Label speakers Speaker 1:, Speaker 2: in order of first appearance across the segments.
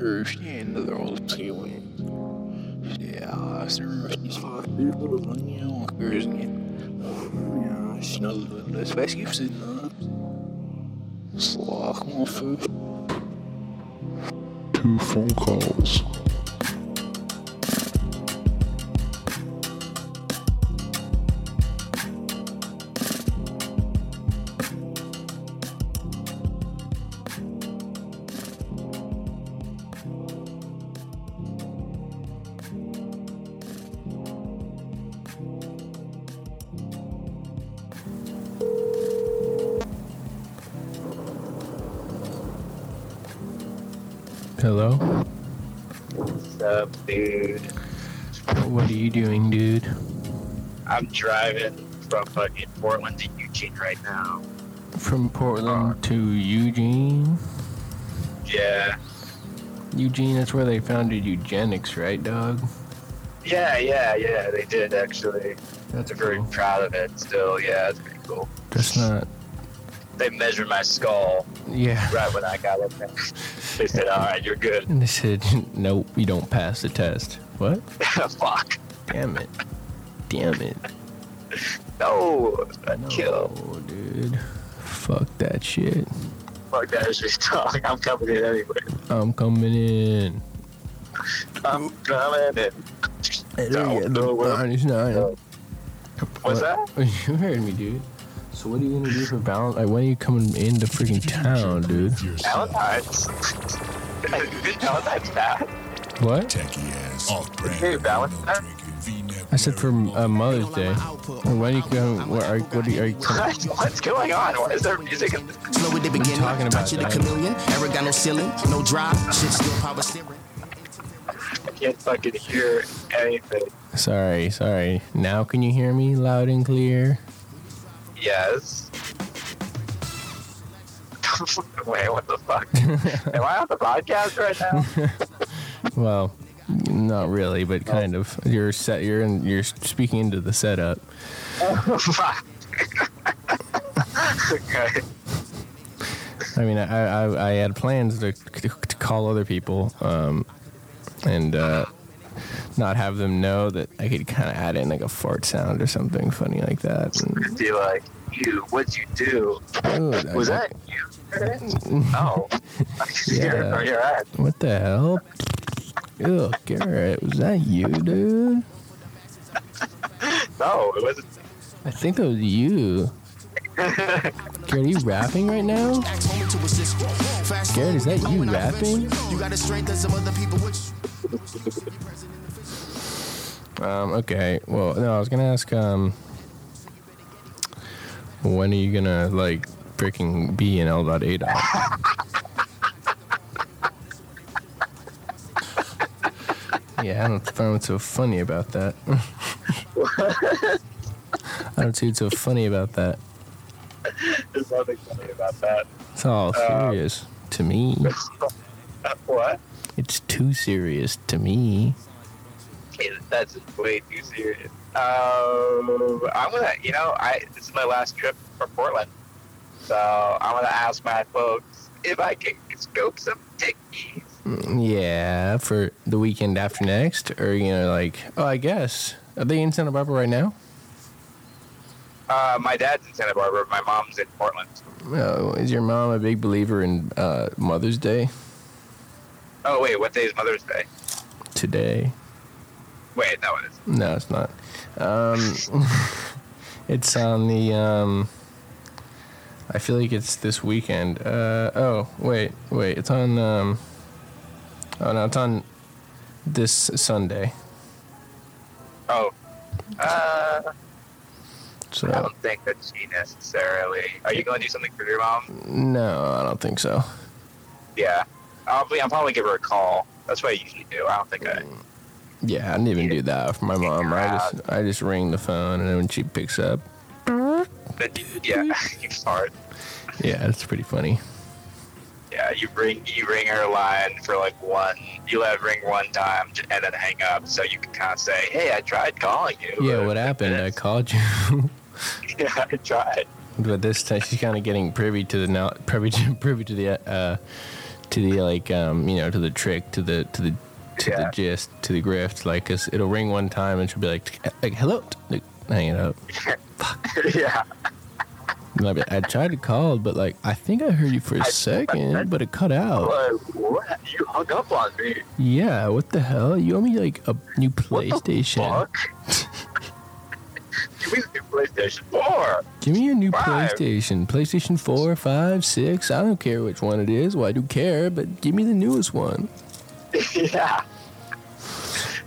Speaker 1: Ökende dağıltıyım. Ya sürüştü saatleri falan ya gözüne. Ya snaldım das weiß gibt's denn ne? Slag mal fünf. Two phone calls.
Speaker 2: Hello?
Speaker 3: What's up, dude?
Speaker 2: What are you doing, dude?
Speaker 3: I'm driving from fucking Portland to Eugene right now.
Speaker 2: From Portland
Speaker 3: Uh,
Speaker 2: to Eugene?
Speaker 3: Yeah.
Speaker 2: Eugene, that's where they founded eugenics, right, dog?
Speaker 3: Yeah, yeah, yeah. They did actually.
Speaker 2: That's
Speaker 3: I'm very
Speaker 2: cool.
Speaker 3: proud of it still. Yeah, it's pretty cool.
Speaker 2: That's not.
Speaker 3: They measured my skull
Speaker 2: Yeah.
Speaker 3: right when I got up there. They said, all right, you're good.
Speaker 2: And they said, nope, you don't pass the test. What?
Speaker 3: Fuck.
Speaker 2: Damn it. Damn it.
Speaker 3: No. I'd kill.
Speaker 2: No, dude. Fuck that shit.
Speaker 3: Fuck that shit talk. I'm coming in anyway.
Speaker 2: I'm coming in.
Speaker 3: I'm coming in. Don't know where-
Speaker 2: 99.
Speaker 3: What's that?
Speaker 2: You heard me, dude. So what are you gonna do for balance? Like, when are you coming into freaking town, dude?
Speaker 3: Valentine's. Good Valentine's, Pat.
Speaker 2: What?
Speaker 4: Techie ass. Off brand.
Speaker 3: Hey, Valentine.
Speaker 2: I said for uh, Mother's Day. And When are you going? What are, what are you? Are you coming?
Speaker 3: What? What's going on? Why is there music in the
Speaker 5: Slow at the beginning.
Speaker 2: talking about
Speaker 5: Touch it a
Speaker 2: that.
Speaker 5: chameleon. Eric got no ceiling, no drive. Shit still power steering.
Speaker 3: I can't fucking hear anything.
Speaker 2: Sorry, sorry. Now can you hear me loud and clear?
Speaker 3: Yes. Wait, what the fuck? Am I on the podcast right now?
Speaker 2: Well, not really, but kind of. You're set. You're in, you're speaking into the setup.
Speaker 3: Fuck. okay.
Speaker 2: I mean, I I, I had plans to, to call other people, um, and uh, not have them know that I could kind of add in like a fart sound or something funny like that. And,
Speaker 3: Be like, you, what'd you do?
Speaker 2: Dude, I-
Speaker 3: Was that you? Oh.
Speaker 2: Yeah.
Speaker 3: You're, you're right.
Speaker 2: What the hell? Ew, Garrett, was that you, dude?
Speaker 3: No, it wasn't.
Speaker 2: I think that was you. Garrett, are you rapping right now?
Speaker 5: Ask homie to assist. Fast
Speaker 2: Garrett, is that you
Speaker 5: forward, I'm
Speaker 2: rapping?
Speaker 5: convinced You got a strength that some other people would.
Speaker 2: Um, okay. Well, no, I was gonna ask, um, when are you gonna, like, freaking be in L dot A dot? yeah, I don't find what's so funny about that. I don't see what's so funny about that.
Speaker 3: There's nothing funny about that.
Speaker 2: It's all serious to me.
Speaker 3: What?
Speaker 2: It's too serious to me.
Speaker 3: Okay, that's way too serious. Um, I'm gonna, you know, I this is my last trip from Portland, so I'm gonna ask my folks if I can scope some tickies.
Speaker 2: Yeah, for the weekend after next, or you know, like, oh, I guess are they in Santa Barbara right now?
Speaker 3: Uh, my dad's in Santa Barbara, my mom's in Portland.
Speaker 2: Oh, is your mom a big believer in uh, Mother's Day
Speaker 3: Oh wait, what day is Mother's Day?
Speaker 2: today?
Speaker 3: Wait, no, it is.
Speaker 2: No, it's not. Um, it's on the. Um, I feel like it's this weekend. Uh, oh, wait, wait, it's on. Um, oh no, it's on this Sunday.
Speaker 3: Oh, uh, I
Speaker 2: So
Speaker 3: don't think that she necessarily. Are you gonna do something for your mom?
Speaker 2: no, I don't think so.
Speaker 3: Yeah, I'll be. I'll probably give her a call. That's what I usually do. I don't think I.
Speaker 2: Yeah, I didn't even do that for my mom. I
Speaker 3: out.
Speaker 2: just I just ring the phone, and then when she picks up,
Speaker 3: But yeah, you start.
Speaker 2: yeah, it's pretty funny.
Speaker 3: Yeah, you ring you ring her line for like one. You let it ring one time j- and then hang up, so you can kind of say, "Hey, I tried calling you."
Speaker 2: Yeah,
Speaker 3: but
Speaker 2: what
Speaker 3: it
Speaker 2: happened? I
Speaker 3: didn't."
Speaker 2: called you,
Speaker 3: yeah, I tried.
Speaker 2: but this time she's kind of getting privy to the now privy to privy to the uh,
Speaker 6: to the like um you know to the trick to the to the to
Speaker 3: Yeah.
Speaker 6: the gist to the grift like because it'll ring one time and she'll be like like hello like, hang it up
Speaker 3: yeah.
Speaker 6: and I'll be like, I tried to call but like I think I heard you for a
Speaker 3: I-
Speaker 6: second but it cut out
Speaker 3: Like, what? You hung up on me.
Speaker 6: yeah what the hell you owe me like a new
Speaker 3: What
Speaker 6: PlayStation
Speaker 3: the fuck? Give me the new PlayStation 4.
Speaker 6: give me a new
Speaker 3: Five.
Speaker 6: PlayStation PlayStation four five six I don't care which one it is well I do care but give me the newest one
Speaker 3: yeah.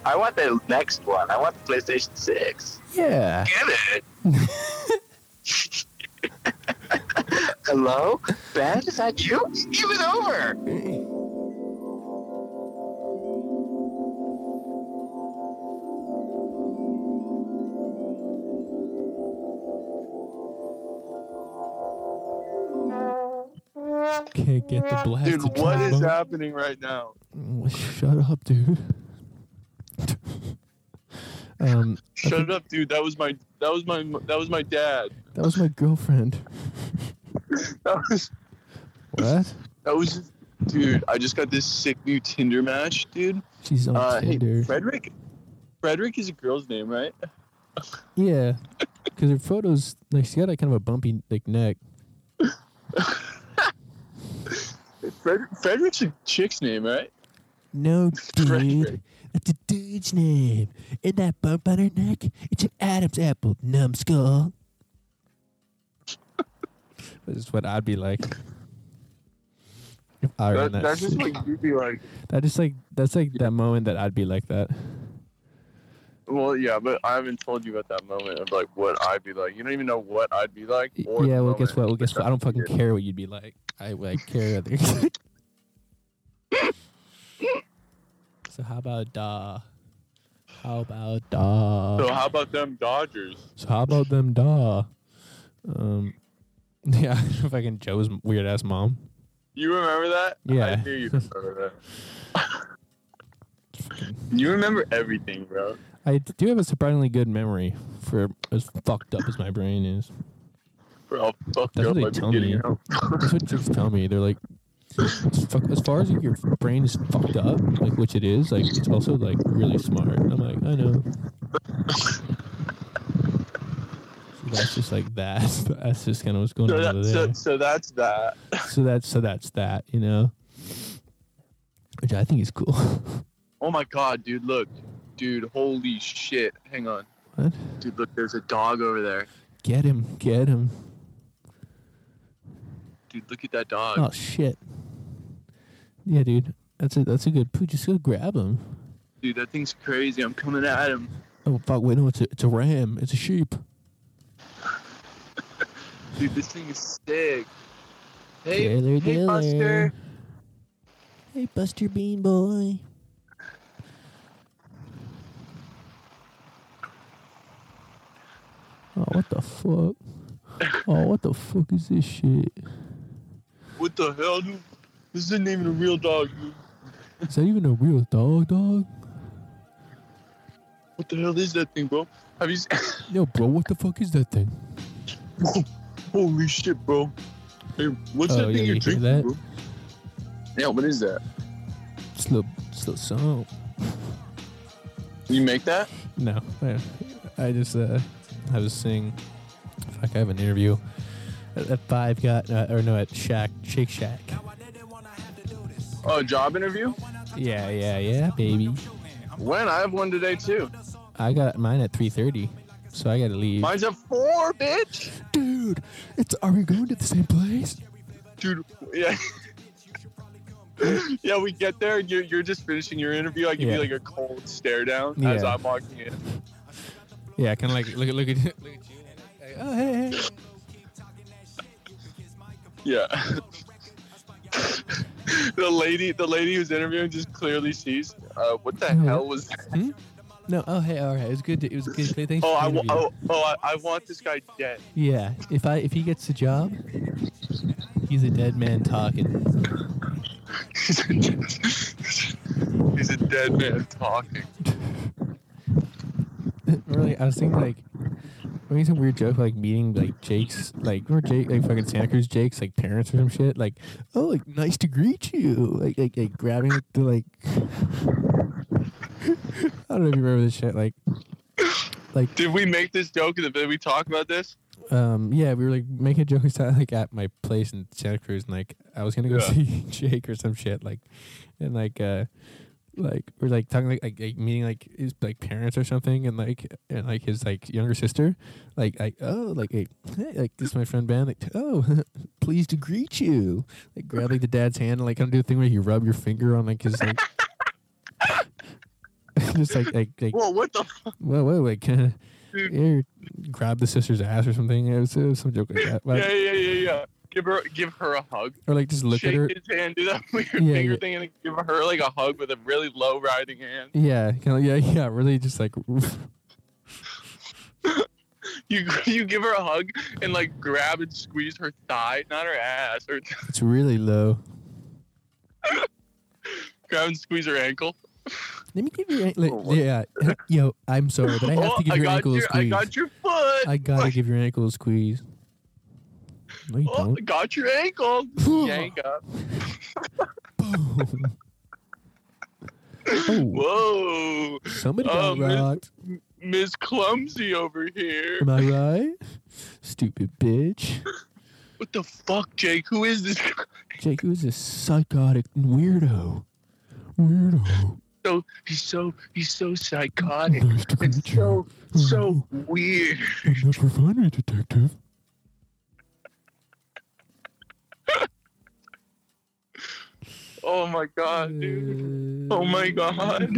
Speaker 3: I want the next one. I want the PlayStation 6.
Speaker 6: yeah
Speaker 3: Get it. Hello? Ben, is that you? Give it over.
Speaker 2: Can't get the blasted
Speaker 7: Dude, what is
Speaker 2: trombone.
Speaker 7: happening right now?
Speaker 2: Well, Shut up, dude. um,
Speaker 7: Shut up, dude. That was my that was my that was my dad.
Speaker 2: that was my girlfriend.
Speaker 7: That was
Speaker 2: What?
Speaker 7: that was dude, I just got this sick new Tinder match, dude.
Speaker 2: She's on
Speaker 7: Uh, hey,
Speaker 2: Tinder.
Speaker 7: Frederick Frederick is a girl's name, right?
Speaker 2: Yeah, because her photos like she got like kind of a bumpy like neck.
Speaker 7: Fred, Frederick's a chick's name, right?
Speaker 2: No,
Speaker 7: Frederick.
Speaker 2: dude, that's a dude's name. And that bump on her neck, it's an Adam's apple, numbskull. this is what I'd be like. If I were in that,
Speaker 7: that's just
Speaker 2: shit.
Speaker 7: what you'd be like.
Speaker 2: that just like that's like that moment that I'd be like that.
Speaker 7: Well, yeah, but I haven't told you about that moment of like what I'd be like. You don't even know what I'd be like.
Speaker 2: Yeah,
Speaker 7: or the
Speaker 2: well, guess
Speaker 7: moment.
Speaker 2: what? Well, guess what? I don't fucking
Speaker 7: weird.
Speaker 2: care what you'd be like. I like care. so how about da? How about uh, da?
Speaker 7: So how about them Dodgers?
Speaker 2: So how about them da? Um, yeah, fucking Joe's weird ass mom.
Speaker 7: You remember that?
Speaker 2: Yeah.
Speaker 7: I knew you remember that. you remember everything, bro.
Speaker 2: I do have a surprisingly good memory for as fucked up as my brain is.
Speaker 7: Bro, I'll fuck
Speaker 2: That's what
Speaker 7: you up
Speaker 2: they
Speaker 7: at the
Speaker 2: tell me.
Speaker 7: beginning, you know?
Speaker 2: That's what chicks tell me. They're like, "As fuck- as far as your brain is fucked up, like which it is, like it's also like really smart. And I'm like, I know. So that's just like that. That's just kind of what's going
Speaker 7: So,
Speaker 2: on over
Speaker 7: that,
Speaker 2: there.
Speaker 7: so, so that's that.
Speaker 2: so that's so that's that, you know. Which I think is cool.
Speaker 7: Oh my god, dude, look. Dude, holy shit. Hang on.
Speaker 2: What?
Speaker 7: Dude, look, there's a dog over there.
Speaker 2: Get him, get him.
Speaker 7: Dude, look at that dog.
Speaker 2: Oh shit. Yeah, dude. That's a that's a good poo. Just go grab him.
Speaker 7: Dude, that thing's crazy. I'm coming at him.
Speaker 2: Oh fuck! Wait, no, it's a it's a ram. It's a sheep.
Speaker 7: Dude, this thing is sick. Hey,
Speaker 2: Taylor
Speaker 7: hey
Speaker 2: Diller.
Speaker 7: Buster.
Speaker 2: Hey, Buster Bean Boy. Oh, what the fuck? Oh, what the fuck is this shit?
Speaker 7: What the hell, dude? This isn't even a real dog, dude.
Speaker 2: Is that even a real dog, dog?
Speaker 7: What the hell is that thing, bro? Have you seen...
Speaker 2: Yo, bro, what the fuck is that thing?
Speaker 7: Holy shit, bro. Hey, what's
Speaker 2: Oh,
Speaker 7: that
Speaker 2: yeah,
Speaker 7: thing
Speaker 2: you
Speaker 7: you're
Speaker 2: hear
Speaker 7: drinking,
Speaker 2: that?
Speaker 7: bro? Yeah, what is that?
Speaker 2: It's a little, it's a little song.
Speaker 7: You make that?
Speaker 2: No, I, I just uh, I was seeing. Fuck, I have an interview at, at Five Got uh, or no at Shack Shake Shack.
Speaker 7: Oh, job interview?
Speaker 2: Yeah, yeah, yeah, baby.
Speaker 7: When? I have one today, too.
Speaker 2: I got mine at three thirty, so I gotta leave.
Speaker 7: Mine's at four, bitch.
Speaker 2: Dude, it's are we going to the same place?
Speaker 7: Dude, yeah. yeah, we get there. and You're, you're just finishing your interview. I give
Speaker 2: Yeah.
Speaker 7: you like a cold stare down as
Speaker 2: Yeah.
Speaker 7: I'm walking in.
Speaker 2: Yeah, kind of like look at look at look at you. Like, oh hey, hey.
Speaker 7: Yeah. the lady, the lady who's interviewing just clearly sees. Uh, what the
Speaker 2: Mhm.
Speaker 7: hell was? That?
Speaker 2: No, oh hey, all right, it was good. To, it was good. good thanks
Speaker 7: Oh,
Speaker 2: for the
Speaker 7: I, wa-
Speaker 2: interview.
Speaker 7: oh, oh, I, I want this guy dead.
Speaker 2: Yeah, if I if he gets the job, he's a dead man talking.
Speaker 7: He's a dead man talking.
Speaker 2: really, I was thinking like, making some weird joke like meeting like Jake's like remember Jake like fucking Santa Cruz Jake's like parents or some shit like oh like nice to greet you like like, like grabbing the like I don't know if you remember this shit like like
Speaker 7: Did we make this joke? in the- Did we talk about this?
Speaker 2: um yeah we were like making a joke at like at my place in Santa Cruz and like I was gonna go
Speaker 7: Yeah.
Speaker 2: see Jake or some shit like and like uh like we're like talking like, like like meeting like his like parents or something and like and like his like younger sister like like oh like hey, hey, like this is my friend Ben like oh pleased to greet you like grab like the dad's hand and like kind of do a thing where you rub your finger on like his like just like like like
Speaker 7: Whoa, what the fuck,
Speaker 2: whoa whoa like kind of
Speaker 7: dude?
Speaker 2: yeah, grab the sister's ass or something. It was, it was some joke like that. But-
Speaker 7: Yeah, yeah, yeah, yeah. Give her, give her a hug.
Speaker 2: Or like just look
Speaker 7: Shake
Speaker 2: at her.
Speaker 7: his hand, do that weird
Speaker 2: Yeah,
Speaker 7: finger
Speaker 2: yeah.
Speaker 7: thing, and give her like a hug with a really low riding hand.
Speaker 2: Yeah, kind of, yeah, yeah. Really, just like
Speaker 7: You, you give her a hug and like grab and squeeze her thigh, not her ass, or
Speaker 2: it's really low.
Speaker 7: grab and squeeze her ankle.
Speaker 2: Let me give you. an- Like,
Speaker 7: Oh, what-
Speaker 2: yeah, yo, I'm sorry, but I have
Speaker 7: oh,
Speaker 2: to give
Speaker 7: I
Speaker 2: your
Speaker 7: got
Speaker 2: ankle a
Speaker 7: your, I
Speaker 2: squeeze.
Speaker 7: got your foot.
Speaker 2: I gotta give your ankle a squeeze. No, you
Speaker 7: Oh, I got your ankle. Yank up.
Speaker 2: don't. oh,
Speaker 7: Whoa,
Speaker 2: somebody
Speaker 7: Oh,
Speaker 2: got
Speaker 7: man.
Speaker 2: rocked.
Speaker 7: Miss Clumsy over here.
Speaker 2: Am I right? Stupid bitch.
Speaker 7: What the fuck, Jake? Who is this? guy?
Speaker 2: Jake was a psychotic weirdo. Weirdo.
Speaker 7: So he's so he's so psychotic
Speaker 2: Nice to
Speaker 7: and
Speaker 2: meet you.
Speaker 7: so so weird.
Speaker 2: I'm not refinery detective.
Speaker 7: Oh my god, dude. Oh my god.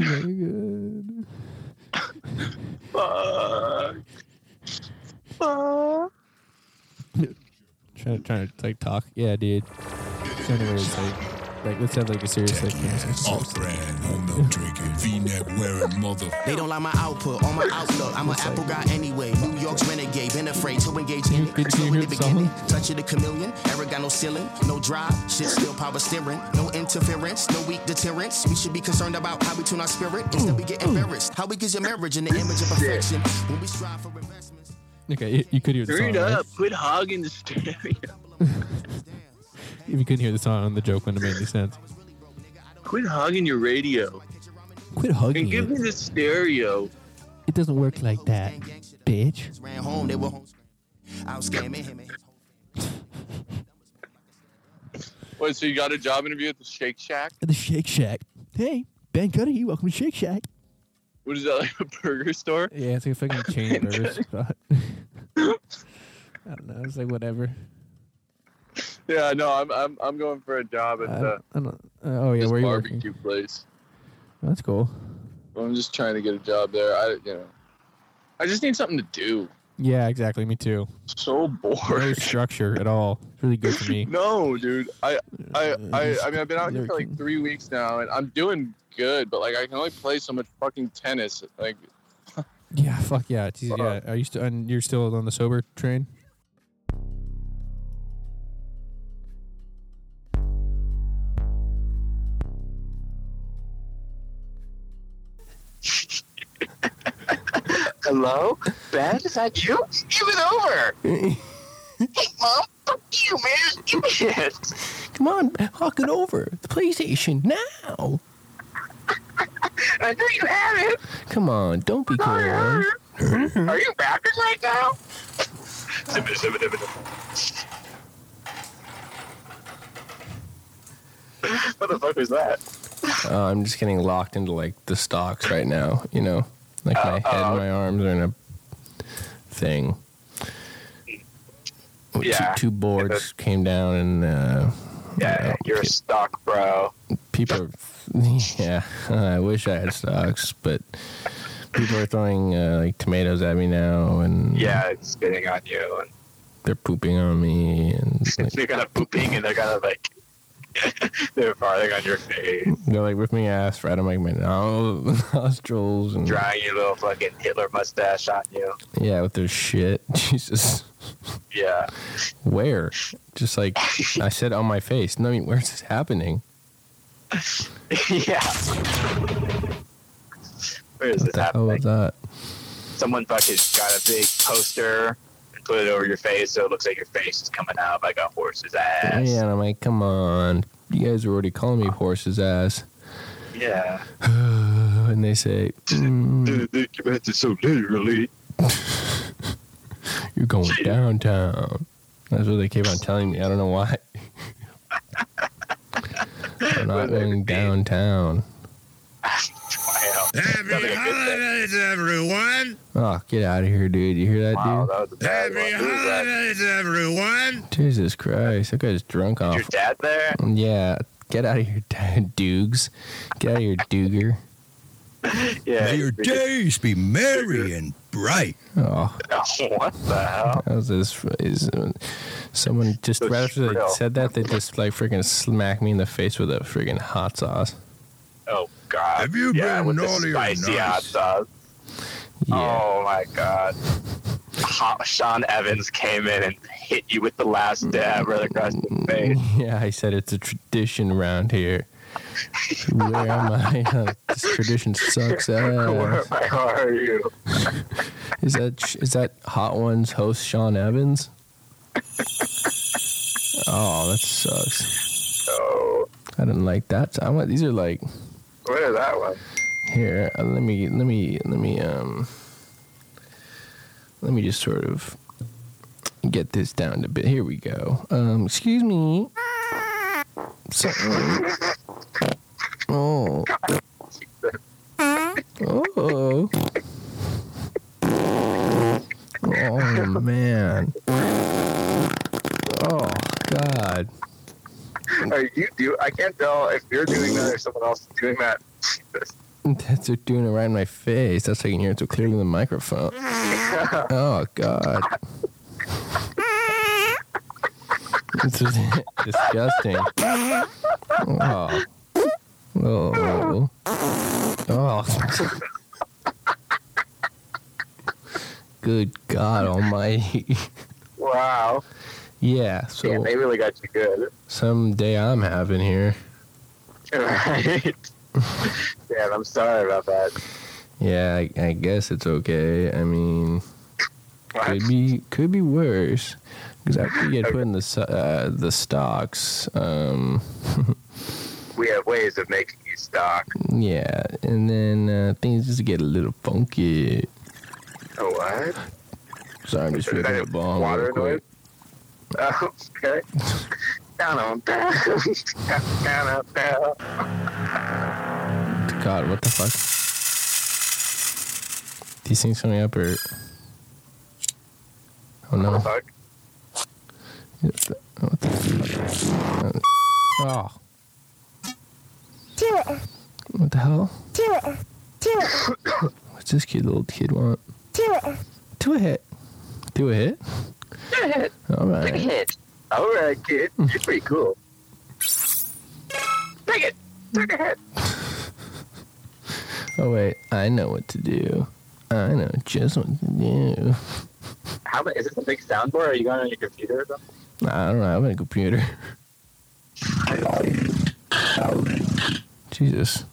Speaker 2: my
Speaker 7: Fuck. Fuck.
Speaker 2: Trying to, trying to like talk. Yeah, dude. Trying to really like, like let's have like a serious like.
Speaker 8: Off brand, homo drinking, V neck wearing motherfucker.
Speaker 5: They don't like my output or my outlook. I'm an apple guy anyway. New York's renegade. Been afraid to engage in
Speaker 2: Did you
Speaker 5: it. Slow
Speaker 2: hear
Speaker 5: in the
Speaker 2: the song?
Speaker 5: beginning. Touch of the chameleon. Eric got no ceiling. No drive. Shit still power steering. No interference. No weak deterrence. We should be concerned about how we tune our spirit. Instead, we get embarrassed. How we get your marriage in the image of perfection. When we strive for investments.
Speaker 2: Okay, you, you could hear the song.
Speaker 7: Turn
Speaker 2: Right?
Speaker 7: up. Quit hogging the stereo.
Speaker 2: If you couldn't hear the song, the joke wouldn't have made any sense.
Speaker 7: Quit hogging your radio.
Speaker 2: Quit hugging
Speaker 7: And give me
Speaker 2: it.
Speaker 7: the stereo.
Speaker 2: It doesn't work like that, bitch.
Speaker 5: Ran home. They were home. I was scamming him. and his whole
Speaker 7: Wait, so you got a job interview at the Shake Shack?
Speaker 2: At the Shake Shack. Hey, Ben Cuddy, welcome to Shake Shack.
Speaker 7: What is that like a burger store?
Speaker 2: Yeah, it's like a fucking chain burger spot. I don't know. It's like whatever.
Speaker 7: Yeah, no, I'm I'm I'm going for a job at
Speaker 2: I
Speaker 7: uh,
Speaker 2: don't, I don't, uh, oh yeah,
Speaker 7: this
Speaker 2: where you working?
Speaker 7: barbecue place.
Speaker 2: That's cool.
Speaker 7: I'm just trying to get a job there. I you know, I just need something to do.
Speaker 2: Yeah, exactly. Me too. No
Speaker 7: So bored.
Speaker 2: structure at all. It's really good for me.
Speaker 7: No, dude. I I I,
Speaker 2: it's
Speaker 7: I mean, I've been out here for
Speaker 2: lurking.
Speaker 7: like three weeks now, and I'm doing good, but like I can only play so much fucking tennis. Like,
Speaker 2: Yeah, fuck yeah. It's easy. Yeah, are you still? And you're still on the sober train?
Speaker 3: Hello? Ben, is that you? It was over. hey, Mom, fuck you, man. Give me shit.
Speaker 9: Come on, hawk it over. The PlayStation now.
Speaker 3: I know you have it.
Speaker 9: Come on, don't be cool. man.
Speaker 3: Are you rapping right now? what the fuck was that?
Speaker 9: Uh, I'm just getting locked into like the stocks right now. You know, like my head and my arms are in a thing. Oh, Two-
Speaker 3: Yeah.
Speaker 9: Two, boards came down and uh,
Speaker 3: Yeah, you're a stock bro.
Speaker 9: people. Are, yeah, I wish I had stocks, but people are throwing uh, like tomatoes at me now, and
Speaker 3: Yeah, it's spitting on you. And
Speaker 9: they're pooping on me, and like,
Speaker 3: they're kind of pooping and they're kind of like, they're farthing on your face,
Speaker 9: they're like ripping ass right on like my no- nostrils and
Speaker 3: drying your little fucking Hitler mustache on you.
Speaker 9: yeah, with their shit. Jesus.
Speaker 3: Yeah.
Speaker 9: Where? Just like I said on my face. No, I mean, where's this happening?
Speaker 3: yeah. Where is
Speaker 9: What
Speaker 3: this
Speaker 9: the hell Oh,
Speaker 3: happening?
Speaker 9: was that?
Speaker 3: someone fucking got a big poster and put it over your face so it looks like your face is coming out of like a horse's ass.
Speaker 2: Yeah, and I'm like, come on. You guys were already calling me horse's ass.
Speaker 3: Yeah.
Speaker 2: and they say, "Mm,
Speaker 3: They meant it so literally.
Speaker 2: you're going downtown. That's what they keep on telling me. I don't know why. I'm not going downtown.
Speaker 3: Wow. Sounds like
Speaker 8: Happy
Speaker 3: a good thing.
Speaker 8: holidays, everyone!
Speaker 2: Oh, get out of here, dude. You hear that,
Speaker 3: Wow, that was a bad
Speaker 8: Happy
Speaker 3: one. Who was that?
Speaker 8: holidays, everyone!
Speaker 2: dude? Jesus Christ. That guy's drunk
Speaker 3: Is
Speaker 2: off.
Speaker 3: Your dad there?
Speaker 2: Yeah. Get out of here, Doogs. Get out of here, Dooger.
Speaker 3: Yeah.
Speaker 8: May your
Speaker 3: we
Speaker 8: days be merry and bright.
Speaker 2: Oh,
Speaker 3: just- What the hell?
Speaker 2: that was this. Is, uh, someone just
Speaker 3: So
Speaker 2: right after they
Speaker 3: shrill.
Speaker 2: said that, they just like freaking smacked me in the face with a freaking hot sauce.
Speaker 3: Oh God.
Speaker 8: Have you
Speaker 3: yeah,
Speaker 8: been
Speaker 3: with
Speaker 8: naughty or
Speaker 3: the spicy
Speaker 8: nice?
Speaker 3: hot sauce.
Speaker 2: Yeah.
Speaker 3: Oh my God. Hot Sean Evans came in and hit you with the last dab right across the face.
Speaker 2: Yeah, I said it's a tradition around here. Where am I? this tradition sucks
Speaker 3: Where
Speaker 2: ass.
Speaker 3: are you?
Speaker 2: Is that is that Hot Ones host Sean Evans? Oh, that sucks.
Speaker 3: Oh,
Speaker 2: I didn't like that. I want these are like
Speaker 3: where is that one?
Speaker 2: here. uh, Let me let me let me um let me just sort of get this down a bit. Here we go. Um, excuse me. So, oh. Oh. Oh man. Oh god.
Speaker 3: Are you do? I can't tell if you're doing that or someone else is doing that. Jesus.
Speaker 2: That's they're doing it right in my face. That's how you can hear it so clearly in the microphone. Oh god. This is disgusting. Oh. Oh. Oh. Good God Almighty.
Speaker 3: Wow.
Speaker 2: Yeah, so
Speaker 3: Yeah, they really got you good.
Speaker 2: some day I'm having here.
Speaker 3: Right. Damn, I'm sorry about that.
Speaker 2: Yeah, I, I guess it's okay. I mean, could be could be worse because after you get put in the so- uh, the stocks, um,
Speaker 3: We have ways of making you stock.
Speaker 2: yeah, and then uh, things just get a little funky.
Speaker 3: Oh, what?
Speaker 2: Sorry, I'm just
Speaker 3: Is
Speaker 2: ripping
Speaker 3: that
Speaker 2: the bong
Speaker 3: water
Speaker 2: real quick.
Speaker 3: Oh, okay. down on down, down on down.
Speaker 2: God, what the fuck? These things coming up or oh no,
Speaker 3: Fuck.
Speaker 2: what the, what the fuck? Oh,
Speaker 10: Do it,
Speaker 2: what the hell?
Speaker 10: do it, do it,
Speaker 2: What's this kid, little kid, want?
Speaker 10: do it.
Speaker 2: Do a hit. Do a hit. Do a hit. All right.
Speaker 3: All right, kid.
Speaker 2: Hmm.
Speaker 3: You're pretty cool. Take it. Take a hit.
Speaker 2: Oh wait, I know what to do. I know just what to do.
Speaker 3: How about, is this a big soundboard? Are you going on your computer or something?
Speaker 2: I don't know. I have a computer. Jesus,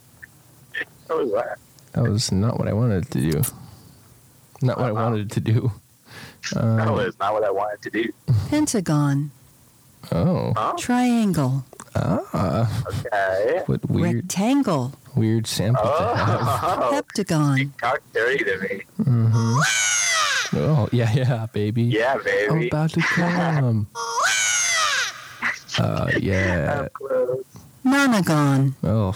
Speaker 3: So Oh, is that.
Speaker 2: that was not what I wanted to do. Not what I wanted to do. Um, Uh,
Speaker 3: that was Oh, not what I wanted to do.
Speaker 11: Pentagon.
Speaker 2: Oh,
Speaker 11: Triangle.
Speaker 3: Okay.
Speaker 2: what weird,
Speaker 11: Rectangle.
Speaker 2: weird sample to have.
Speaker 3: Oh,
Speaker 11: Heptagon.
Speaker 3: talk dirty to me.
Speaker 2: Oh yeah, yeah, baby.
Speaker 3: Yeah,
Speaker 2: I'm
Speaker 3: baby.
Speaker 2: about to come. Uh, yeah.
Speaker 3: Up close.
Speaker 11: Nonagon.
Speaker 2: Oh,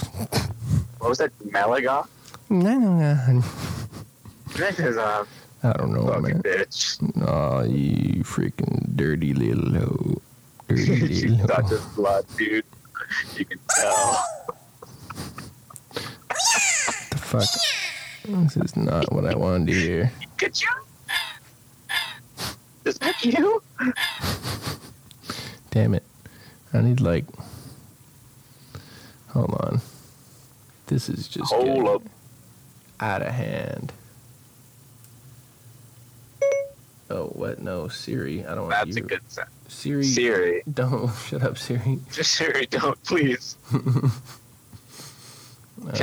Speaker 3: What was that? Malaga?
Speaker 2: no, no, no.
Speaker 3: This is a
Speaker 2: I don't know,
Speaker 3: fucking
Speaker 2: man.
Speaker 3: bitch.
Speaker 2: Aw, you freaking dirty little hoe. Dirty
Speaker 3: She's
Speaker 2: little
Speaker 3: not
Speaker 2: hoe.
Speaker 3: just blood, dude. You can tell.
Speaker 2: the fuck? This is not what I wanted to hear.
Speaker 3: Could you? Is that you?
Speaker 2: Damn it. I need, like. Hold on. This is just
Speaker 3: Hold up.
Speaker 2: out of hand. Oh, what? No, Siri. I don't want
Speaker 3: That's a
Speaker 2: you.
Speaker 3: good sound.
Speaker 2: Siri.
Speaker 3: Siri.
Speaker 2: Don't. Shut up, Siri.
Speaker 3: Just Siri, don't please. Can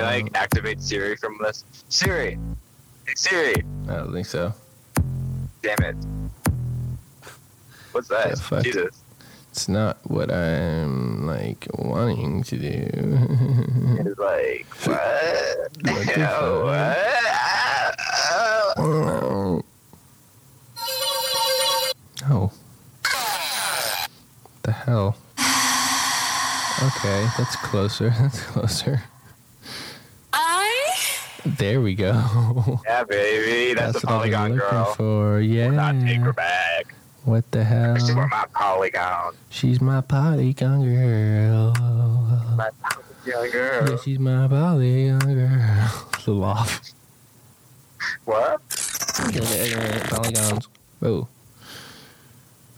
Speaker 3: I activate Siri from this? Siri, Hey, Siri.
Speaker 2: I don't think so.
Speaker 3: Damn it. What's that?
Speaker 2: Yeah, fuck.
Speaker 3: Jesus.
Speaker 2: It's not what I'm like wanting to do.
Speaker 3: It's like, what?
Speaker 2: What the
Speaker 3: Oh, what?
Speaker 2: fuck?
Speaker 3: Ah, ah.
Speaker 2: Oh. The hell? Okay, that's closer. That's closer. I. There we go.
Speaker 3: Yeah, baby. That's, a
Speaker 2: what I've been
Speaker 3: polygon
Speaker 2: looking
Speaker 3: girl.
Speaker 2: for.
Speaker 3: Not take
Speaker 2: Yeah.
Speaker 3: her
Speaker 2: Uh,
Speaker 3: back.
Speaker 2: What the
Speaker 3: She's
Speaker 2: hell?
Speaker 3: my polygon.
Speaker 2: She's my polygon girl.
Speaker 3: My polygon
Speaker 2: Yeah,
Speaker 3: girl.
Speaker 2: she's my polygon girl. The loft.
Speaker 3: What?
Speaker 2: Polygons. Whoa.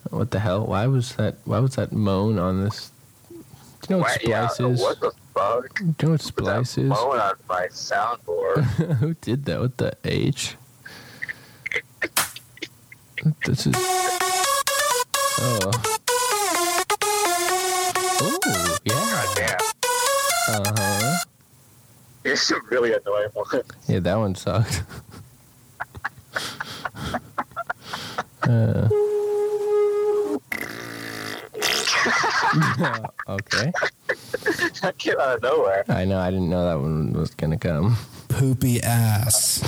Speaker 2: What the hell? Why was that? Why was that moan on this? Do you know what
Speaker 3: What? Yeah,
Speaker 2: splice is?
Speaker 3: what the fuck?
Speaker 2: Do you know what
Speaker 3: Put that
Speaker 2: splice is?
Speaker 3: phone on my soundboard.
Speaker 2: Who did that with the H? This is. Oh. Oh, yeah.
Speaker 3: God damn.
Speaker 2: Uh huh.
Speaker 3: Here's a really annoying one.
Speaker 2: Yeah, that one sucked. uh. okay.
Speaker 3: that came out of nowhere.
Speaker 2: I know, I didn't know that one was gonna come.
Speaker 12: Poopy ass.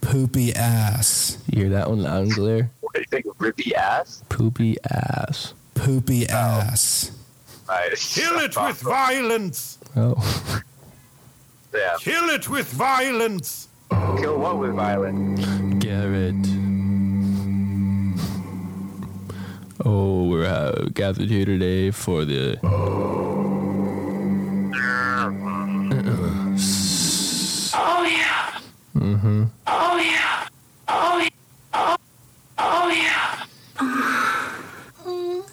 Speaker 12: Poopy ass.
Speaker 2: You hear that one loud and clear?
Speaker 3: What do you think? Rippy ass?
Speaker 2: Poopy ass.
Speaker 12: Poopy
Speaker 5: Oh.
Speaker 12: ass.
Speaker 3: I
Speaker 8: Kill it with violence!
Speaker 2: Oh.
Speaker 3: Yeah.
Speaker 8: Kill it with violence!
Speaker 3: Kill what with violence?
Speaker 2: Garrett. Oh, we're uh, gathered here today for the oh, Oh,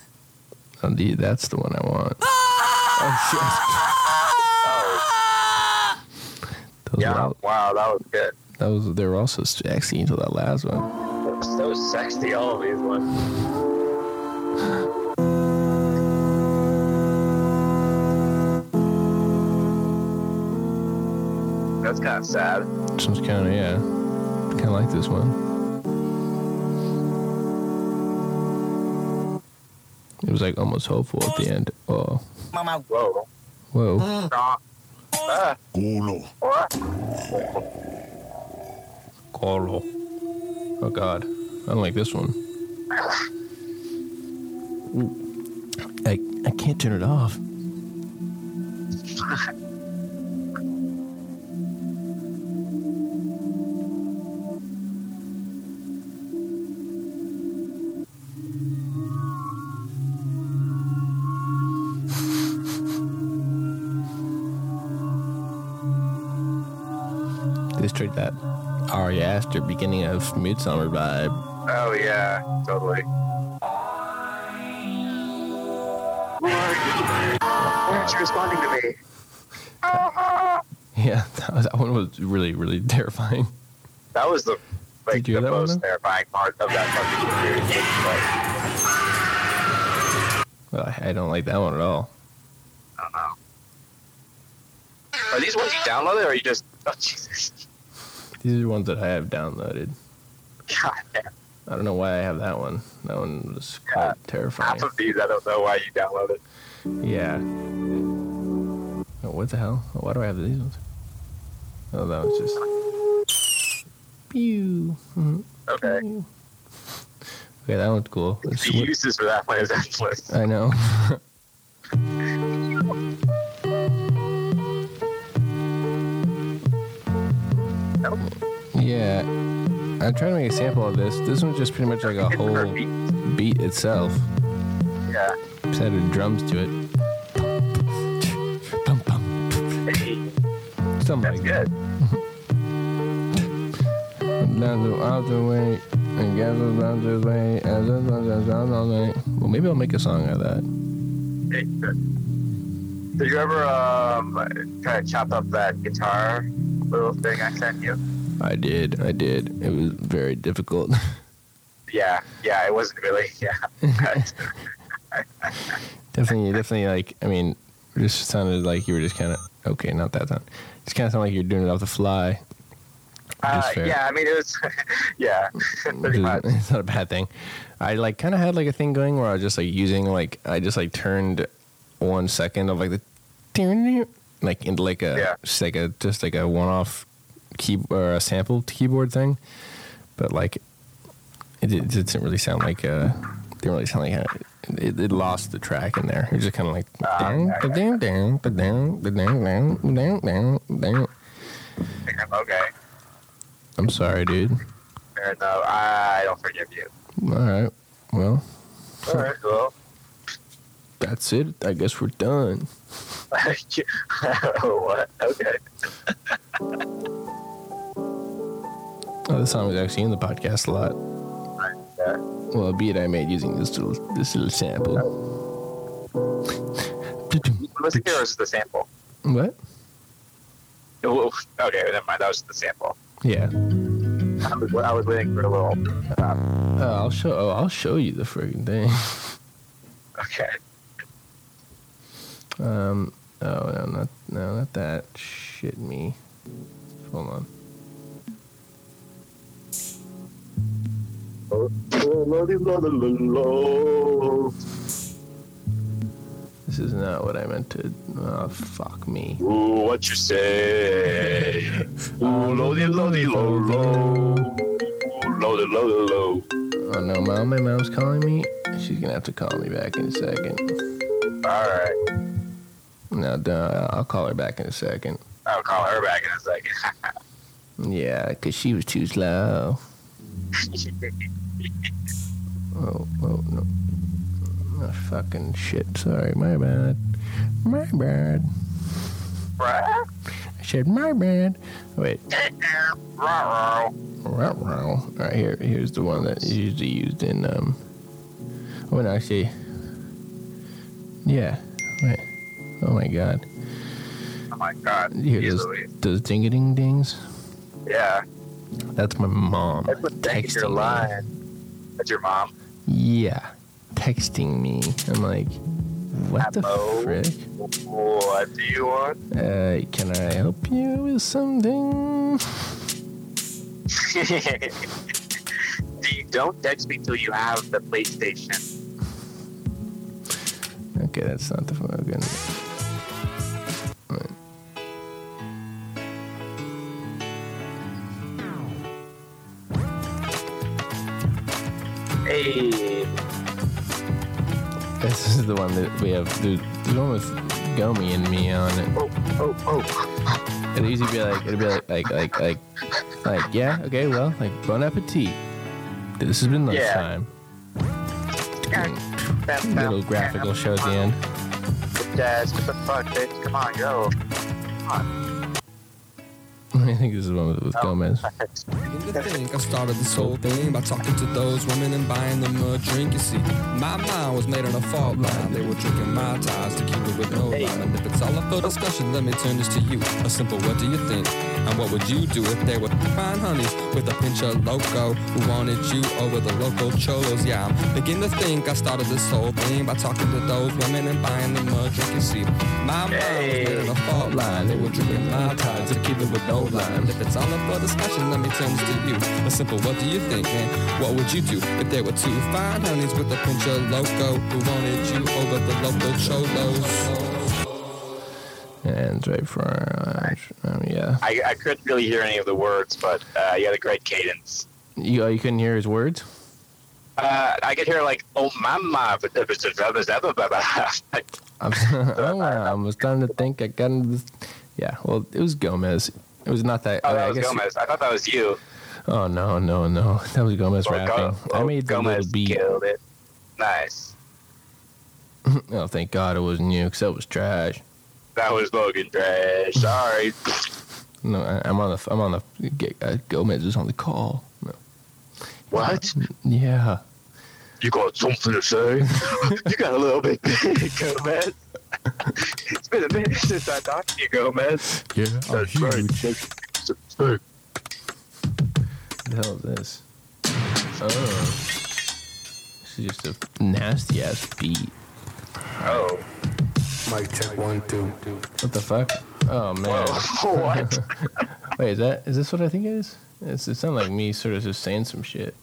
Speaker 2: the- that's the one I want. Those were
Speaker 3: Yeah.
Speaker 2: all-
Speaker 3: Wow, that was good.
Speaker 2: that was they were also sexy until that last one.
Speaker 3: So sexy, all of these ones. That's kind of sad.
Speaker 2: Which was kind of yeah, kind of like this one. It was like almost hopeful at the end. Oh,
Speaker 3: Whoa.
Speaker 2: whoa!
Speaker 3: Ah. Ah.
Speaker 8: Golo.
Speaker 3: Ah.
Speaker 2: Oh God, I don't like this one. I I can't turn it off. This tried that Ari Aster beginning of Midsummer vibe.
Speaker 3: Oh yeah, totally. Why aren't you responding to me?
Speaker 2: Yeah, that, was, that one was really really terrifying.
Speaker 3: That was the like
Speaker 2: you hear
Speaker 3: the
Speaker 2: that one,
Speaker 3: most
Speaker 2: though?
Speaker 3: terrifying part of that fucking series. Like,
Speaker 2: But I, I don't like that one at all.
Speaker 3: I don't know. Are these ones you downloaded, or are you just? Oh Jesus!
Speaker 2: These are ones that I have downloaded.
Speaker 3: God damn!
Speaker 2: I don't know why I have that one. That one was quite
Speaker 3: Yeah.
Speaker 2: terrifying.
Speaker 3: Half of these, I don't know why you downloaded.
Speaker 2: Yeah. Oh, what the hell? Why do I have these ones? Oh, that was just. Pew.
Speaker 3: Okay.
Speaker 2: Okay, that one's cool. It's
Speaker 3: The uses for that one is endless.
Speaker 2: I know. yeah. I'm trying to make a sample of this. This one's just pretty much like a whole beat itself.
Speaker 3: Yeah.
Speaker 2: Just added drums to it. Pum, pum,
Speaker 3: Hey,
Speaker 2: Something
Speaker 3: that's
Speaker 2: like that.
Speaker 3: good.
Speaker 2: Down the other way, and gather round the way, and then round the round all night. Well, maybe I'll make a song out of that.
Speaker 3: Hey, good. Did you ever um kind of chop up that guitar little thing I sent you?
Speaker 2: I did, I did. It was very difficult.
Speaker 3: Yeah. Yeah. It wasn't really. Yeah. Uh,
Speaker 2: definitely, definitely. Like, I mean, it just sounded like you were just kind of okay. Not that sound. Just kind of sounded like you're doing it off the fly.
Speaker 3: Uh,
Speaker 2: Just fair.
Speaker 3: yeah, I mean it was. yeah, pretty much.
Speaker 2: It's not a bad thing. I like kind of had like a thing going where I was just like using like I just like turned one second of like the like into like a
Speaker 3: Yeah.
Speaker 2: just like a just like a one off key or a sample keyboard thing, but like it, it didn't really sound like uh didn't really sound like a, it, it lost the track in there. It was just kind of like down down down down down down down down down.
Speaker 3: Okay,
Speaker 2: I'm sorry, dude.
Speaker 3: fair enough. I don't forgive you.
Speaker 2: All right, well.
Speaker 3: All right, well,
Speaker 2: That's it. I guess we're done.
Speaker 3: what? Okay.
Speaker 2: Oh, this song was actually in the podcast a lot.
Speaker 3: Yeah.
Speaker 2: Well, a beat I made using this little this little sample.
Speaker 3: Was it yours the sample?
Speaker 2: What?
Speaker 3: Oh, Okay, never mind. That was the sample.
Speaker 2: Yeah.
Speaker 3: I was, I was waiting for a little.
Speaker 2: Oh, I'll show. Oh, I'll show you the freaking thing.
Speaker 3: Okay.
Speaker 2: Um. Oh no, not no, not that. Shit, me. Hold on. This is not what I meant to. Oh, fuck me.
Speaker 3: Ooh, what you say? Ooh, lodi, lodi, lo, lo. Ooh, Lodi, lodi, lo.
Speaker 2: Oh no, mom. My mom's calling me. She's gonna have to call me back in a second.
Speaker 3: All right.
Speaker 2: No, duh, I'll call her back in a second.
Speaker 3: I'll call her back in a second.
Speaker 2: Yeah, 'cause she was too slow. Oh, oh, no. Oh, fucking shit. Sorry, my bad. My bad.
Speaker 3: Right?
Speaker 2: I said my bad. Wait.
Speaker 3: Ruh-roh.
Speaker 2: Wow, wow. All right, here, here's the one that is usually used in, um... Oh, no, actually... Yeah. Wait. Oh, my God.
Speaker 3: Oh my god.
Speaker 2: You hear those,
Speaker 3: Easily.
Speaker 2: those ding-a-ding-dings?
Speaker 3: Yeah.
Speaker 2: That's my mom.
Speaker 3: That's what thank
Speaker 2: texting
Speaker 3: your
Speaker 2: me.
Speaker 3: line. That's your mom.
Speaker 2: Yeah. Texting me. I'm like, what the
Speaker 3: Hello?
Speaker 2: frick?
Speaker 3: What do you want?
Speaker 2: Uh, can I help you with something?
Speaker 3: Do you don't text me till you have the PlayStation.
Speaker 2: Okay, that's not the fucking. Wait.
Speaker 3: Hey.
Speaker 2: This is the one that we have. The, the one with Gomi and me on it.
Speaker 3: Oh, oh, oh.
Speaker 2: It'd easily be like, it'd be like, like, like, like, like, yeah, okay, well, like, bon appetit. This has been
Speaker 3: Yeah.
Speaker 2: lunchtime. Little graphical show at the end.
Speaker 3: Yes, what the fuck, bitch? Come on, go.
Speaker 2: I think this is the one with,
Speaker 3: Oh.
Speaker 2: with Gomez.
Speaker 12: Begin to think I started this whole thing by talking to those women and buying them a drink. You see, my mind was made on a fault line. They were drinking my ties to keep it with no line. And if it's all up for discussion, let me turn this to you. A simple what do you think? And what would you do if they were fine honeys with a pinch of loco who wanted you over the local cholos? Yeah, I'm beginning to think I started this whole thing by talking to those women and buying them a drink. You see, my mind was made on a fault line. They were drinking my ties to keep it with no line. If it's all up for discussion, let me turn this to you. A simple what do you think, man? What would you do if there were two fine honeys with a pinch of loco who wanted you over the local cholos?
Speaker 2: And right for our, uh, um, yeah.
Speaker 3: I, I couldn't really hear any of the words, but uh, you had a great cadence.
Speaker 2: You, oh, you couldn't hear his words?
Speaker 3: Uh, I could hear like, oh mama, but if it's a Like,
Speaker 2: I'm, oh, I was starting to think I got into this. Yeah, well, it was Gomez. It was not that.
Speaker 3: oh,
Speaker 2: I
Speaker 3: that was
Speaker 2: guess-
Speaker 3: Gomez. I thought that was you.
Speaker 2: Oh no, no, no! That was Gomez
Speaker 3: Well,
Speaker 2: rapping.
Speaker 3: Go-
Speaker 2: I
Speaker 3: well,
Speaker 2: made the
Speaker 3: Gomez
Speaker 2: little beat.
Speaker 3: killed it. Nice.
Speaker 2: Oh, thank God it wasn't you, because that was trash.
Speaker 3: That was Logan trash. Sorry.
Speaker 2: No, I, I'm on the. I'm on the. Get, uh, Gomez is on the call. No.
Speaker 3: what?
Speaker 2: Yeah.
Speaker 3: You got something to say? you got a little bit big, Gomez. it's been a minute since I talked to you, Gomez.
Speaker 2: Yeah.
Speaker 3: That's right. That's right.
Speaker 2: What the hell is this? Oh. This is just a nasty ass beat.
Speaker 3: Oh.
Speaker 12: Mic check one two.
Speaker 2: What the fuck? Oh man.
Speaker 3: Whoa. what?
Speaker 2: Wait, is that is this what I think it is?
Speaker 13: This it sounds like me sort of just saying some shit.